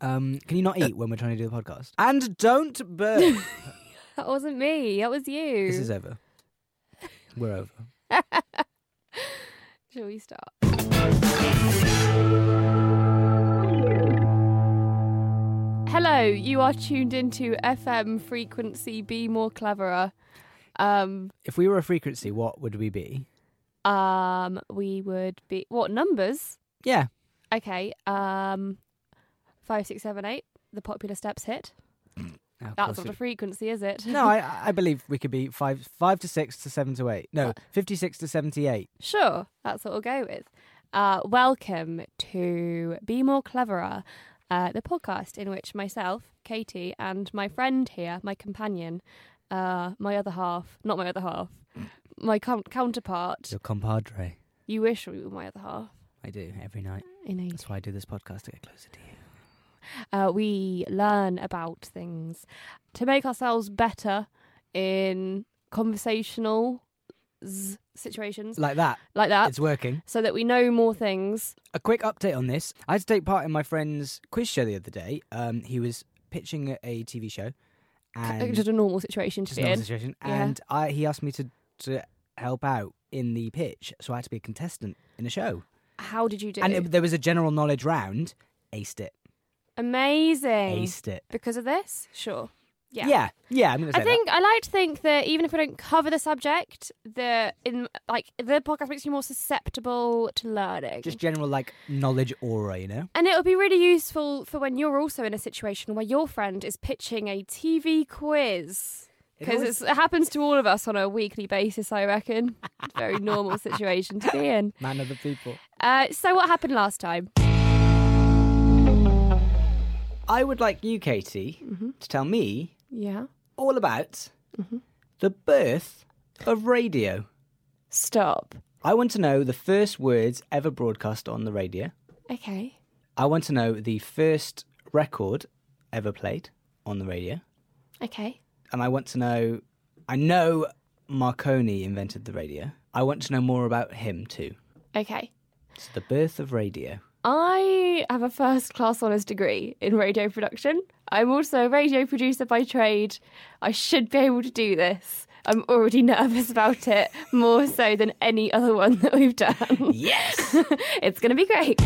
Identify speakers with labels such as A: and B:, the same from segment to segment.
A: Um, can you not eat when we're trying to do the podcast? And don't burp.
B: That wasn't me. That was you.
A: this is over. We're over.
B: Shall we start? Hello, you are tuned into FM frequency. Be more cleverer. Um,
A: If we were a frequency, what would we be?
B: um, we would be what numbers?
A: Yeah.
B: Okay. Um, five, six, seven, eight. The popular steps hit.
A: Oh, of
B: That's
A: course
B: not a
A: it-
B: frequency, is it?
A: no, I, I believe we could be five, five to six to seven to eight. No, fifty-six to seventy-eight.
B: Sure, that's what we'll go with. Uh, welcome to Be More Cleverer, uh, the podcast in which myself, Katie, and my friend here, my companion, uh, my other half, not my other half, my coun counterpart,
A: Your compadre.
B: you wish we were my other half.
A: I do every night.
B: You know, you
A: That's why I do this podcast to get closer to you.
B: uh, we learn about things to make ourselves better in conversational z- situations
A: Like that.
B: like that,
A: It's working.
B: so that we know more things.
A: A quick update on this. I had to take part in my friend's quiz show the other day. Um, he was pitching a- a TV show, and
B: just a normal situation to
A: just
B: be
A: normal
B: in.
A: situation.
B: Yeah.
A: And I, he asked me to to help out in the pitch, so I had to be a contestant in a show.
B: How did you do?
A: And it, there was a general knowledge round. Aced it.
B: Amazing.
A: Aced it.
B: Because of this? Sure. Yeah.
A: Yeah. Yeah. I'm gonna say
B: I think I like to think that even if we don't cover the subject, the in like the podcast makes you more susceptible to learning.
A: that. just general like knowledge aura, you know.
B: and it'll be really useful for when you're also in a situation where your friend is pitching a TV quiz.
A: It
B: Because
A: always-
B: it happens to all of us on a weekly basis, I reckon. Very normal situation to be in.
A: Man of the people.
B: Uh, so, what happened last time?
A: I would like you, Katie, to tell me
B: Yeah.
A: all about the birth of radio.
B: Stop.
A: I want to know the first words ever broadcast on the radio.
B: Okay.
A: I want to know the first record ever played on the radio.
B: Okay.
A: and I want to know. I know Marconi invented the radio. I want to know more about him too.
B: Okay.
A: It's the birth of radio.
B: I have a first class honours degree in radio production. I'm also a radio producer by trade. I should be able to do this. I'm already nervous about it, more so than any other one that we've done.
A: Yes.
B: it's going to be great.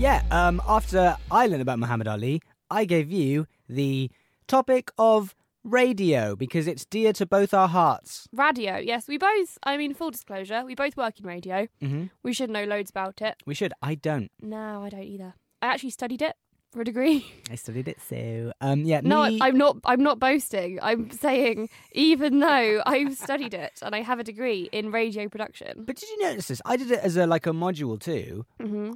A: yeah. Um. After I learned about Muhammad Ali, I gave you the topic of radio because it's dear to both our hearts.
B: Radio, yes, we both, I mean, full disclosure, we both work in radio.
A: Mm-hmm.
B: We should know loads about it.
A: We should. I don't.
B: No, I don't either. I actually studied it for a degree.
A: I studied it. So. Um. Yeah.
B: No,
A: me-
B: I- I'm not. I'm not boasting. I'm saying, even though I've studied it and I have a degree in radio production.
A: But did you notice this? I did it as a like a module too.
B: Mm-hmm.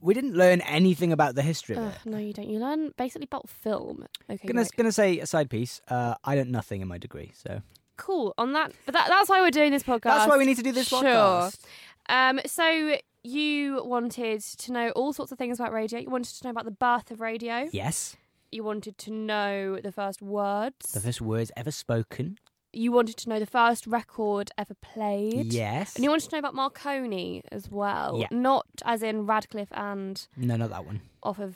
A: We didn't learn anything about the history of it.
B: no, you don't. You learn basically about film. Okay,
A: Gonna
B: right.
A: gonna say a side piece. Uh, I don't nothing in my degree, so
B: cool. On that, but that, that's why we're doing this podcast.
A: That's why we need to do this
B: sure.
A: podcast.
B: Um, so you wanted to know all sorts of things about radio. You wanted to know about the birth of radio.
A: Yes.
B: You wanted to know the first words.
A: The first words ever spoken.
B: you wanted to know the first record ever played.
A: Yes.
B: And you wanted to know about Marconi as well.
A: Yeah.
B: Not as in Radcliffe and
A: No, not that one.
B: off of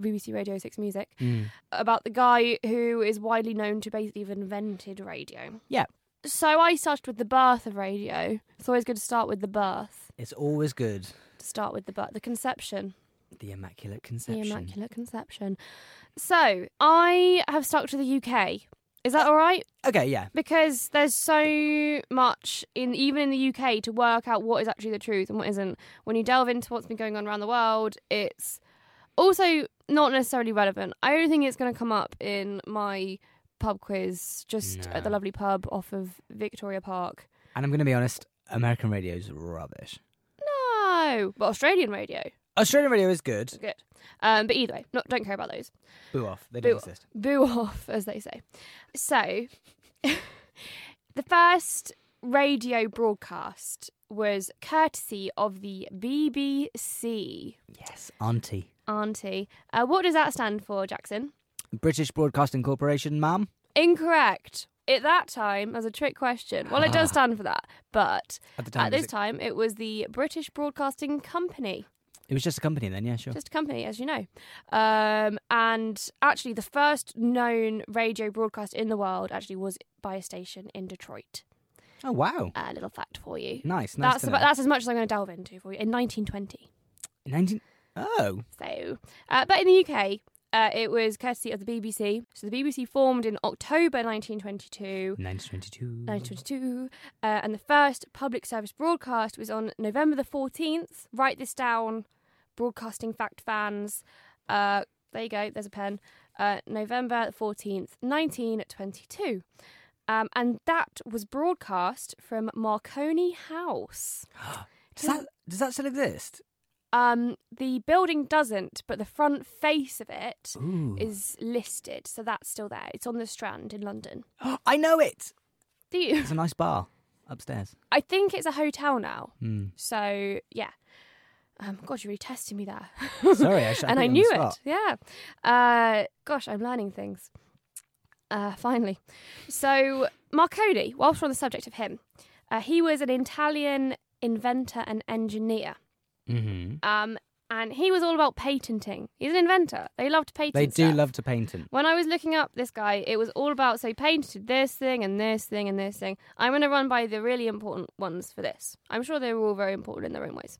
B: BBC Radio 6 Music.
A: Hmm.
B: About the guy who is widely known to basically have invented radio.
A: Yeah.
B: So I started with the birth of radio. It's always good to start with the birth.
A: It's always good.
B: to start with the but the conception.
A: The Immaculate Conception.
B: The Immaculate Conception. So I have stuck to the UK. Is
A: Uh,
B: that all right?
A: Okay, yeah.
B: Because there's so much in even in the UK to work out what is actually the truth and what isn't. When you delve into what's been going on around the world, it's also not necessarily relevant. I don't think it's going to come up in my pub quiz just at the
A: No.
B: lovely pub off of Victoria Park.
A: And I'm going to be honest, American radio is rubbish.
B: No, but Australian radio
A: Australian radio is good.
B: is good. Um, but either way, not, don't care about those.
A: Boo off. They don't
B: Boo-
A: exist.
B: Boo off, as they say. So, the first radio broadcast was courtesy of the BBC,
A: Yes, auntie.
B: Auntie. Uh, what does that stand for, Jackson?
A: British Broadcasting Corporation, ma'am.
B: Incorrect. At that time, as a trick question. Well, it does stand for that, but
A: At the
B: at
A: time, was
B: this
A: it-
B: time, it was the British Broadcasting Company.
A: It was just a company then, yeah, sure.
B: Just a company, as you know. Um, and actually, the first known radio broadcast in the world actually was by a station in Detroit.
A: Oh, wow.
B: A little fact for you.
A: Nice, nice.
B: that's
A: to
B: about,
A: know.
B: that's as much as I'm going to delve into for you in 1920.
A: 19... Oh,
B: So, uh, but in the UK, uh, it was courtesy of the BBC. So the BBC formed in October 1922.
A: 1922.
B: 1922, uh, and the first public service broadcast was on November the 14th. Write this down, broadcasting fact fans. Uh, there you go, there's a pen. Uh, November the 14th, 1922. Um, and that was broadcast from Marconi House.
A: Does that, does that still exist?
B: Um, the building doesn't, but the front face of it is
A: Ooh.
B: listed, so that's still there. It's on the Strand in London.
A: I know it!
B: Do you?
A: It's a nice bar upstairs.
B: I think it's a hotel now.
A: Hmm.
B: So yeah. Um, God, you really tested me there.
A: Sorry, I should- I put you on
B: and I
A: the
B: knew it.
A: spot.
B: Yeah. Uh, gosh, I'm learning things. Uh, finally. So Marconi, whilst we're on the subject of him, uh, he was an Italian inventor and engineer.
A: Mm-hmm.
B: Um, and he was all about patenting. He's an inventor. They love to patent.
A: They do
B: stuff.
A: love to paint them.
B: When I was looking up this guy, it was all about so he painted this thing and this thing and this thing. I'm going to run by the really important ones for this. I'm sure they were all very important in their own ways.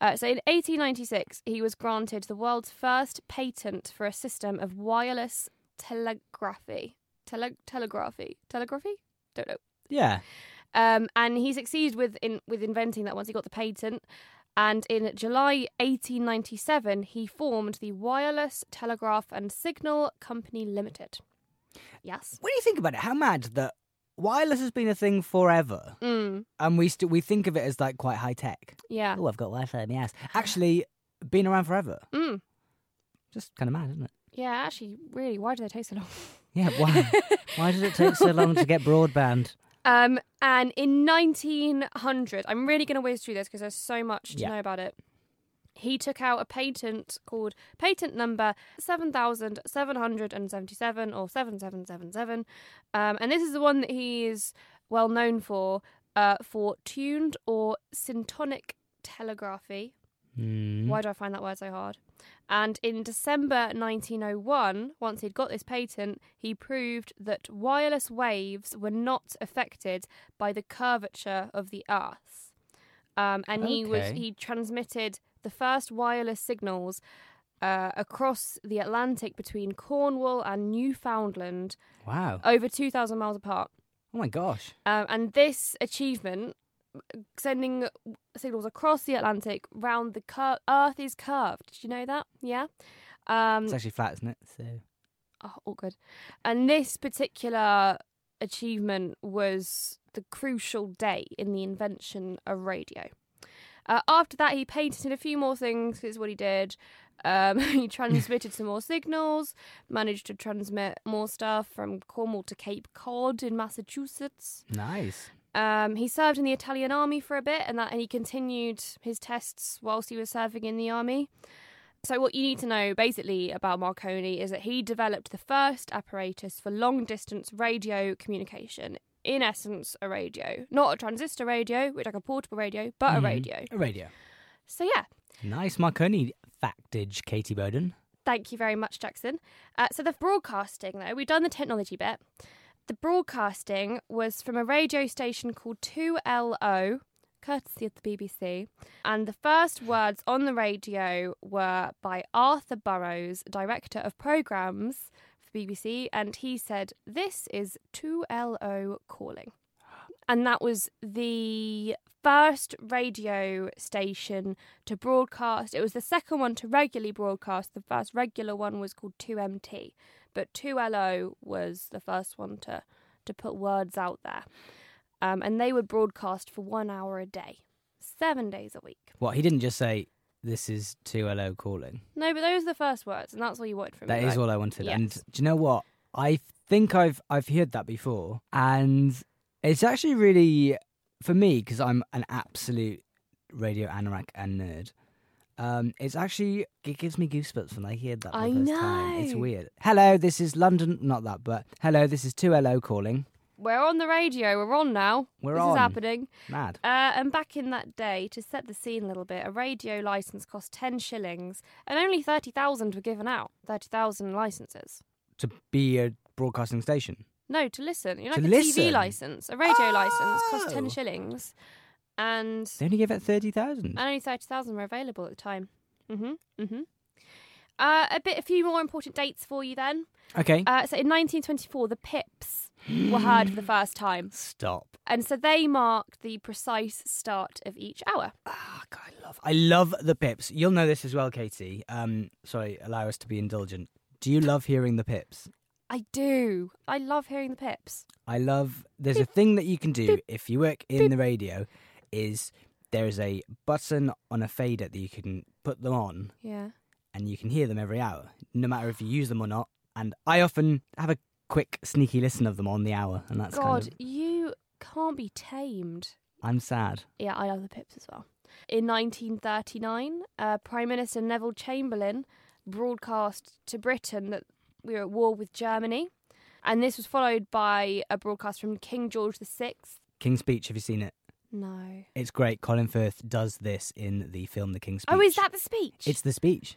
B: Uh, so in 1896, he was granted the world's first patent for a system of wireless telegraphy. Tele- telegraphy, telegraphy? Don't know.
A: Yeah.
B: Um, and he succeeded with in, with inventing that once he got the patent. And in July 1897, he formed the Wireless Telegraph and Signal Company Limited. Yes.
A: When you think about it, how mad that wireless has been a thing forever,
B: Mm,
A: and we still we think of it as like quite high tech.
B: yeah.
A: Oh, I've got Wi-Fi in my house. Actually, been around forever.
B: Mm,
A: Just kind of mad, isn't it?
B: yeah. Actually, really, why do they take so long?
A: Yeah. Why? why did it take so long to get broadband?
B: Um, and in 1900, I'm really going to whiz through this because there's so much to
A: Yeah.
B: know about it. He took out a patent called patent number 7777 or 7777. Um, and this is the one that he is well known for, uh, for tuned or syntonic telegraphy.
A: Hmm.
B: Why do I find that word so hard? And in December 1901, once he'd got this patent, he proved that wireless waves were not affected by the curvature of the Earth. Um, and he was
A: Okay.
B: he transmitted the first wireless signals uh, across the Atlantic between Cornwall and Newfoundland,
A: Wow.
B: over 2,000 miles apart.
A: Oh my gosh.
B: Um, and this achievement, sending signals across the Atlantic round the cur- Earth is curved. Did you know that? Yeah. Um,
A: It's actually flat, isn't it? So
B: oh, all good. And this particular achievement was the crucial day in the invention of radio. Uh, after that, he patented a few more things. Is what he did. Um, he transmitted some more signals, managed to transmit more stuff from Cornwall to Cape Cod in Massachusetts.
A: nice.
B: Um, he served in the Italian army for a bit, and that and he continued his tests whilst he was serving in the army. So, what you need to know basically about Marconi is that he developed the first apparatus for long distance radio communication. In essence, a radio, not a transistor radio, which like a portable radio, but
A: Mhm.
B: a radio.
A: A radio.
B: So, yeah,
A: Nice Marconi factage, Katie Bowden.
B: Thank you very much, Jackson. Uh, so the broadcasting, though, we've done the technology bit. The broadcasting was from a radio station called 2LO courtesy of the BBC. And the first words on the radio were by Arthur Burrows, director of programmes for BBC, and he said, This is 2LO calling. And that was the first radio station to broadcast. It was the second one to regularly broadcast. The first regular one was called 2MT, but 2LO was the first one to, to put words out there. Um, and they would broadcast for one hour a day, seven days a week.
A: What, he didn't just say, this is 2LO calling?
B: No, but those are the first words, and that's all you wanted from
A: That
B: me.
A: is
B: right?
A: all I wanted. And
B: Yes.
A: do you know what? I think I've I've heard that before, and it's actually really for me because I'm an absolute radio anorak and nerd. Um, it's actually it gives me goosebumps when I hear that. For the
B: I
A: first Time. It's
B: know.
A: weird. Hello, this is London. Not that, but hello, this is two LO calling.
B: We're on the radio. We're on now.
A: We're
B: this
A: on.
B: is happening.
A: Mad.
B: Uh, and back in that day, to set the scene a little bit, a radio license cost ten shillings, and only thirty thousand were given out. Thirty thousand licenses.
A: To be a broadcasting station.
B: No, to listen. You know,
A: To
B: like a TV
A: listen?
B: license, a radio license cost ten
A: Oh.
B: shillings, and
A: They only give it thirty thousand.
B: And only 30,000 were available at the time. hmm hmm Uh, a bit, a few more important dates for you then.
A: Okay.
B: Uh, so in 1924, the Pips were heard for the first time,
A: Stop.
B: and so they marked the precise start of each hour.
A: Ah, God, I love, I love the pips. You'll know this as well, Katie. Um, sorry, allow us to be indulgent. Do you love hearing the pips?
B: I do. I love hearing the Pips.
A: I love. There's a thing that you can do if you work in the radio, is there is a button on a fader that you can put them on,
B: Yeah.
A: and you can hear them every hour, no matter if you use them or not. And I often have a quick sneaky listen of them on the hour, and that's
B: God,
A: kind of.
B: you can't be tamed.
A: I'm sad.
B: Yeah, I love the Pips as well. In 1939, uh, Prime Minister Neville Chamberlain broadcast to Britain that we were at war with Germany. And this was followed by a broadcast from King George VI.
A: King's Speech. Have you seen it?
B: No.
A: It's great. Colin Firth does this in the film The King's Speech.
B: Oh, is that the speech?
A: It's the speech.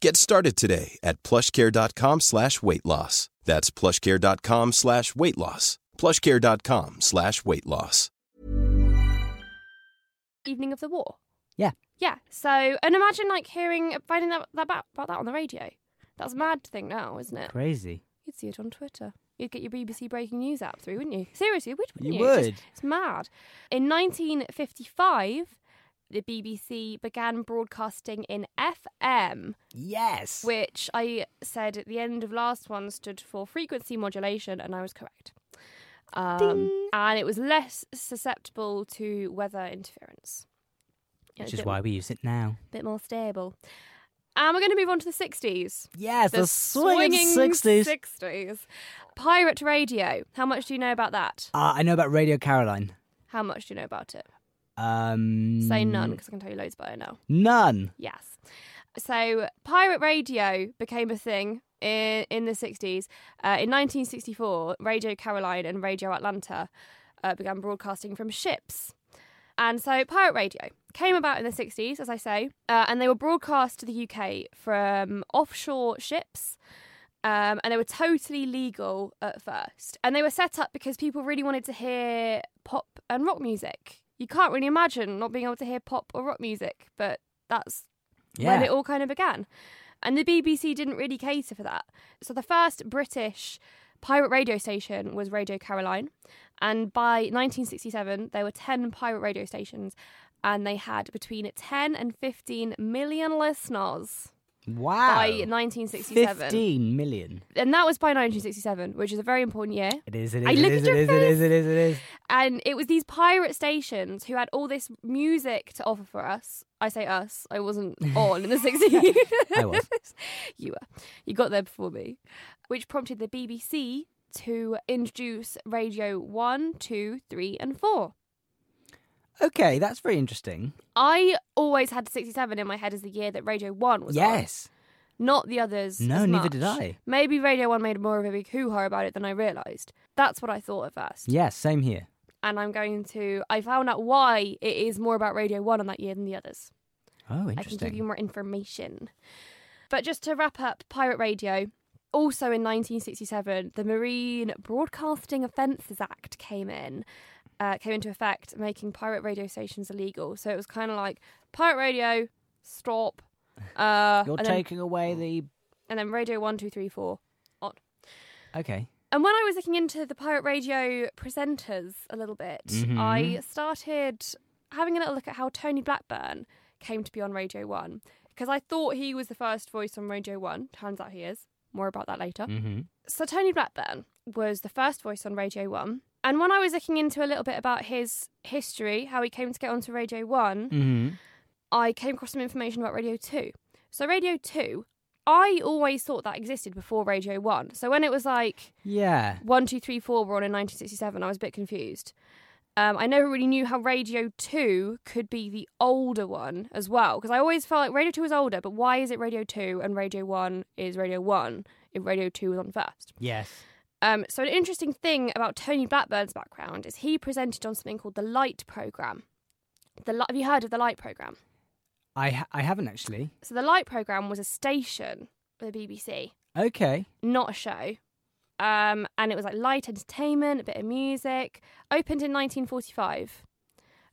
C: Get started today at plushcare.com slash weight loss. That's plushcare.com slash weight loss. plushcare.com slash weight loss.
B: e-, evening of the war.
A: Yeah.
B: Yeah. So, and imagine like hearing, finding that, that about, about that on the radio. That's a mad thing now, isn't it?
A: Crazy.
B: You'd see it on Twitter. You'd get your BBC Breaking News app through, wouldn't you? Seriously, would, wouldn't
A: You
B: you? It's just-
A: would.
B: It's, mad. In 1955, the BBC began broadcasting in FM,
A: Yes.
B: which I said at the end of last one stood for frequency modulation, and I was correct. Um, and it was less susceptible to weather interference. It was
A: Which
B: a
A: is
B: bit-
A: why we use it now.
B: bit more stable. And we're going to move on to the 60s.
A: Yes, the swinging 60s.
B: 60s. Pirate radio. How much do you know about that?
A: Uh, I know about Radio Caroline.
B: How much do you know about it?
A: Um,
B: Say none, because I can tell you loads about it now.
A: None.
B: Yes. So, pirate radio became a thing in, in the 60s. Uh, in 1964, Radio Caroline and Radio Atlanta uh, began broadcasting from ships. And so, pirate radio. came about in the 60s, as I say, uh, and they were broadcast to the UK from offshore ships. Um, and they were totally legal at first. And they were set up because people really wanted to hear pop and rock music. You can't really imagine not being able to hear pop or rock music, but that's when it all kind of began. And the BBC didn't really cater for that. So the first British pirate radio station was Radio Caroline. And by 1967, there were 10 pirate radio stations, and they had between 10 and 15 million listeners
A: Wow.
B: by 1967.
A: 15 million.
B: And that was by 1967, which is a very important year.
A: It is, it is,
B: I
A: it
B: look
A: is,
B: at
A: it
B: your
A: is, it is, it is, it is.
B: And it was these pirate stations who had all this music to offer for us. I say us, I wasn't on in the 60s.
A: I was.
B: you were. You got there before me. Which prompted the BBC to introduce radio one, two, three, and 4.
A: Okay, that's very interesting.
B: I always had 67 in my head as the year that Radio 1 was on,
A: yes.
B: not the others.
A: No,
B: as
A: neither did
B: much.
A: I.
B: Maybe Radio 1 made more of a big hoo ha about it than I realised. That's what I thought at first.
A: Yes, same here.
B: and I'm going to. I found out why it is more about Radio One on that year than the others.
A: Oh,
B: I can
A: interesting.
B: give you more information. But just to wrap up, pirate radio. Also in 1967, the Marine Broadcasting Offences Act came in, uh, came into effect, making pirate radio stations illegal. So it was kind of like pirate radio, stop. Uh,
A: You're
B: and, then,
A: taking away the.
B: and then radio one, two, three, four.
A: Okay.
B: And when I was looking into the pirate radio presenters a little bit,
A: Mhm.
B: I started having a little look at how Tony Blackburn came to be on Radio One because I thought he was the first voice on Radio One. Turns out he is. More about that later.
A: Mm-hmm.
B: So Tony Blackburn was the first voice on Radio One, and when I was looking into a little bit about his history, how he came to get onto Radio One,
A: Mm-hmm.
B: I came across some information about Radio 2. So, Radio 2, I always thought that existed before Radio 1. So, when it was like
A: Yeah.
B: 1, 2, 3, 4 were on in 1967, I was a bit confused. Um, I never really knew how Radio 2 could be the older one as well, because I always felt like Radio 2 was older, but why is it Radio 2 and Radio 1 is Radio 1 if Radio 2 was on first?
A: Yes.
B: Um, so, an interesting thing about Tony Blackburn's background is he presented on something called the Light Programme. The Li- have you heard of the Light Programme?
A: I ha- I haven't actually.
B: So the Light programme was a station for the BBC,
A: Okay.
B: not a show. Um, and it was like light entertainment, a bit of music. Opened in 1945,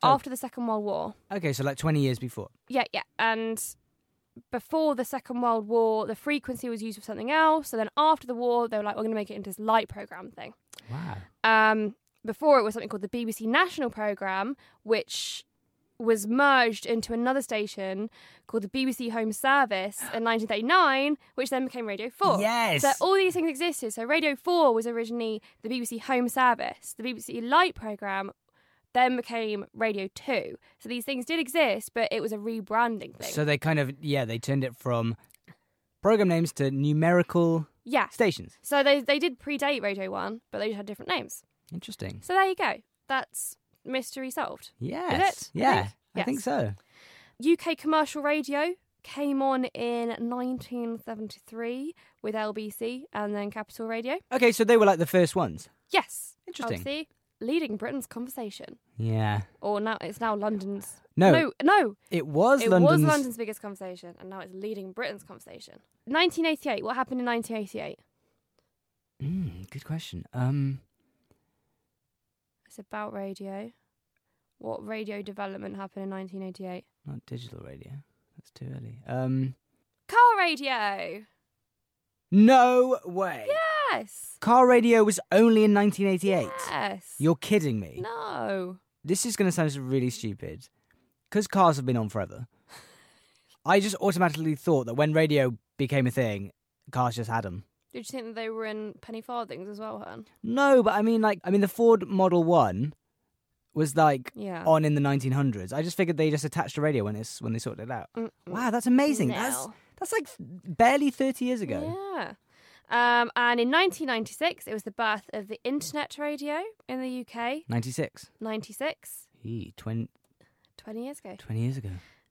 A: Oh.
B: after the Second World War.
A: Okay, so like 20 years before.
B: Yeah, yeah. And before the Second World War, the frequency was used for something else. So then after the war, they were like, we're going to make it into this light programme thing.
A: Wow.
B: Um, before it was something called the BBC National Programme, which was merged into another station called the BBC Home Service in 1939, which then became Radio 4.
A: Yes.
B: So all these things existed. So Radio 4 was originally the BBC Home Service. The BBC Light Programme then became Radio 2. So these things did exist, but it was a rebranding thing.
A: So they kind of yeah they turned it from program names to numerical
B: yeah.
A: stations.
B: So they, they did predate Radio 1, but they just had different names.
A: Interesting.
B: So there you go. That's mystery solved.
A: Yes.
B: it?
A: Yeah.
B: Right?
A: I think
B: Yes.
A: so.
B: UK commercial radio came on in 1973 with LBC and then Capital Radio.
A: Okay, so they were like the first ones.
B: Yes.
A: Interesting.
B: LBC leading Britain's conversation.
A: Yeah.
B: Or now it's now London's.
A: No.
B: No, no.
A: It was
B: it
A: London's.
B: was London's biggest conversation and now it's leading Britain's conversation. 1988. What happened in 1988?
A: Mm, good question. Um.
B: It's about radio. What radio development happened in 1988?
A: Not digital radio. That's too early. Um.
B: Car radio.
A: No way.
B: Yes.
A: Car radio was only in 1988.
B: Yes.
A: You're kidding me.
B: no.
A: This is going to sound really stupid because cars have been on forever. I just automatically thought that when radio became a thing, cars just had them.
B: Did you think that they were in penny farthings as well, Han?
A: No, but I mean, like, I mean, the Ford Model One was like
B: Yeah.
A: on in the 1900s. I just figured they just attached a radio when it's when they sorted it out.
B: Mm-mm.
A: Wow, that's amazing. That's
B: No.
A: that's like barely 30 years ago.
B: Yeah. Um, and in 1996, it was the birth of the internet radio in the UK.
A: 96.
B: 96,
A: Eee, 20,
B: 20 years ago.
A: 20 years ago.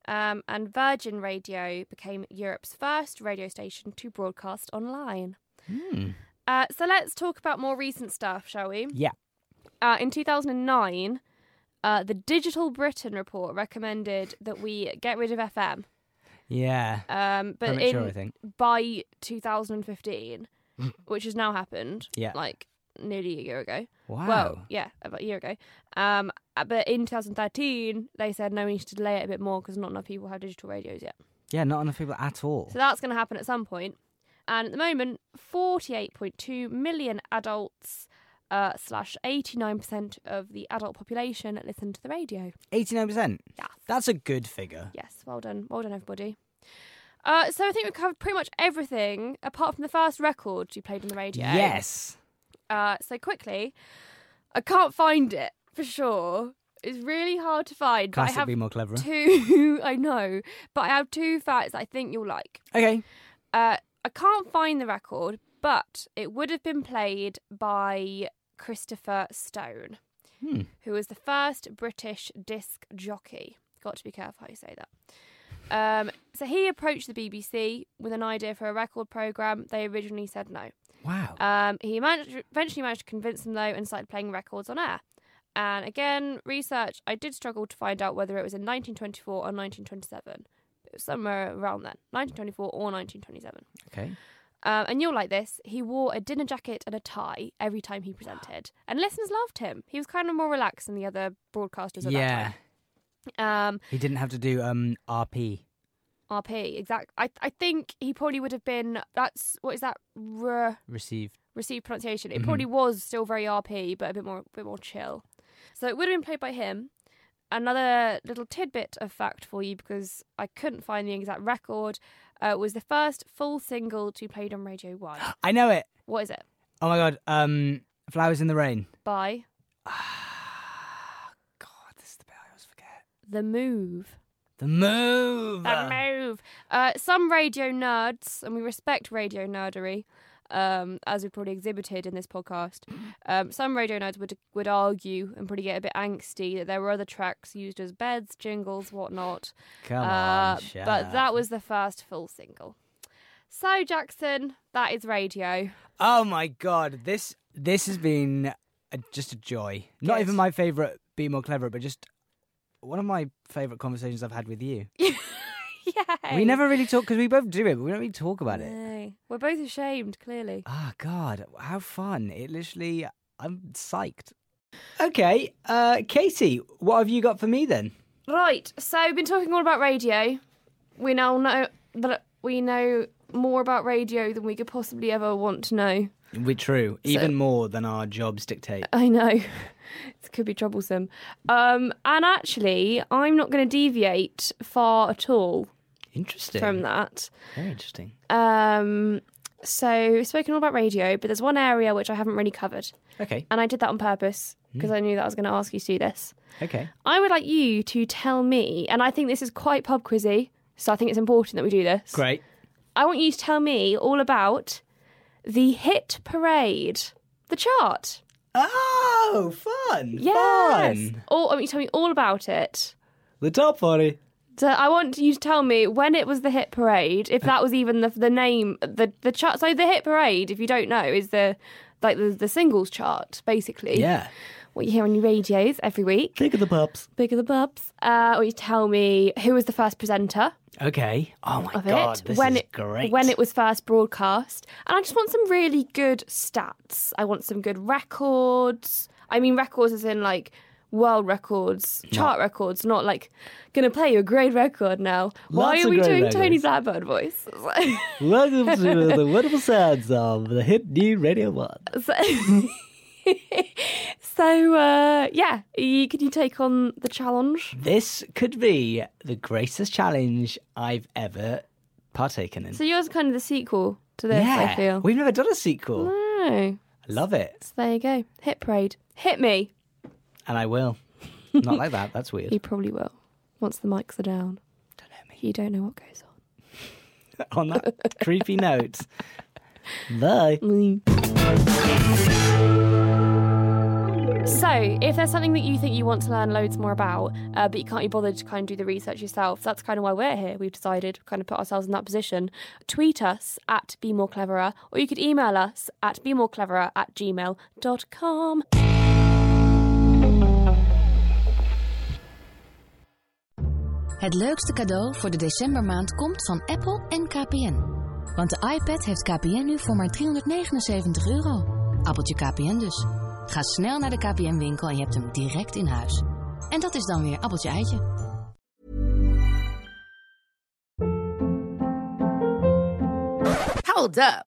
B: Um, and Virgin Radio became Europe's first radio station to broadcast online.
A: Hmm.
B: Uh, so let's talk about more recent stuff, shall we?
A: Yeah.
B: Uh, in 2009, Uh, the Digital Britain report recommended that we get rid of FM,
A: Yeah.
B: um, but
A: Premature,
B: in-
A: I think.
B: by 2015, which has now happened,
A: Yeah.
B: like nearly a year ago.
A: Wow.
B: Well, yeah, about a year ago. Um, uh, but in 2013, they said no, we need to delay it a bit more because not enough people have digital radios yet.
A: Yeah, not enough people at all.
B: So that's going to happen at some point. And at the moment, 48.2 million adults uh, slash 89% of the adult population listen to the radio.
A: 89%.
B: Yeah.
A: That's a good figure.
B: Yes, well done. Well done, everybody. Uh, so I think we've covered pretty much everything apart from the first record you played on the radio.
A: Yes.
B: Uh, so quickly, I can't find it for sure. It's really hard to find.
A: Classic
B: but I have
A: Be More Cleverer.
B: Two, I know, but I have two facts I think you'll like.
A: Okay.
B: Uh, I can't find the record, but it would have been played by Christopher Stone,
A: Hmm.
B: who was the first British disc jockey. Got to be careful how you say that. Um, so he approached the BBC with an idea for a record programme. They originally said no.
A: Wow.
B: Um, he managed, eventually managed to convince them, though, and started playing records on air. And again, research, I did struggle to find out whether it was in 1924 or 1927. It was somewhere around then, 1924 or 1927.
A: okay.
B: Um, and you'll like this. He wore a dinner jacket and a tie every time he presented. And listeners loved him. He was kind of more relaxed than the other broadcasters at
A: Yeah.
B: that time. Um,
A: He didn't have to do um RP.
B: RP, exact. I, I think he probably would have been, that's, what is that? R-
A: Receive.
B: received pronunciation. It probably was still very RP, but a bit more, bit more chill. So it would have been played by him. Another little tidbit of fact for you, because I couldn't find the exact record, uh, was the first full single to be played on Radio One.
A: I know it.
B: what is it?
A: Oh my god. Um, Flowers in the Rain.
B: By
A: Ah, God, this is the bit I always forget.
B: The Move.
A: The move.
B: The Move. Uh, some radio nerds, and we respect radio nerdery, um, as we probably exhibited in this podcast. Um, some radio nerds would would argue and probably get a bit angsty that there were other tracks used as beds, jingles, whatnot.
A: Come
B: Uh,
A: on, shut
B: but
A: up.
B: that was the first full single. So Jackson, that is radio.
A: Oh my god, this this has been a, just a joy. Not
B: Good.
A: even my favorite. Be more clever, but just one of my favorite conversations I've had with you.
B: yeah.
A: We never really talk because we both do it, but we don't really talk about it.
B: We're both ashamed, clearly.
A: Ah, God, how fun! It literally, I'm psyched. Okay, uh, Katie, what have you got for me then?
B: Right. So we've been talking all about radio. We now know that we know more about radio than we could possibly ever want to know.
A: We're true, even more than our jobs dictate.
B: I know. It could be troublesome. Um, and actually, I'm not going to deviate far at all
A: Interesting.
B: from that.
A: Very interesting.
B: Um, so, we've spoken all about radio, but there's one area which I haven't really covered.
A: Okay.
B: And I did that on purpose because I knew that I was going to ask you to do this.
A: Okay.
B: I would like you to tell me, and I think this is quite pub quizzy, so I think it's important that we do this.
A: Great.
B: I want you to tell me all about the hit parade, the chart.
A: Oh, fun!
B: Yes.
A: Fun.
B: Or I want you to tell me all about it.
A: The top forty.
B: So I want you to tell me when it was the hit parade, if that was even the the name, the the chart. So the hit parade, if you don't know, is the like the, the singles chart, basically.
A: Yeah.
B: What you hear on your radios every week.
A: Think of the pups.
B: Big of the bubs. Uh, or you tell me who was the first presenter.
A: Okay. Oh my
B: of
A: God,
B: it
A: this
B: when
A: is
B: it
A: great.
B: when it was first broadcast. And I just want some really good stats. I want some good records. I mean records as in like world records, chart records, not like gonna play your grade record now. Why
A: Lots
B: are
A: of
B: we
A: great
B: doing
A: records.
B: Tony Blackbird voice? So-
A: Welcome to the wonderful sounds of the hit new Radio One.
B: so uh, yeah, you, can you take on the challenge?
A: This could be the greatest challenge I've ever partaken in.
B: So yours is kind of the sequel to this. I feel.
A: we've never done a sequel.
B: No.
A: I love it,
B: So there you go. Hit parade. Hit me.
A: and I will. Not like that. That's weird.
B: You probably will. Once the mics are down. Don't know me. You don't know what goes on.
A: On that creepy note. Bye.
B: So, if there's something that you think you want to learn loads more about, uh, but you can't be bothered to kind of do the research yourself, that's kind of why we're here. We've decided to kind of put ourselves in that position. Tweet us at Be More Cleverer, or you could email us at Be More Cleverer at gmail.com.
D: Het leukste cadeau voor de decembermaand komt van Apple en KPN. Want de iPad heeft KPN nu voor maar 379 euro. Appeltje KPN dus. Ga snel naar de KPN-winkel en je hebt hem direct in huis. En dat is dan weer appeltje eitje.
E: Hold up.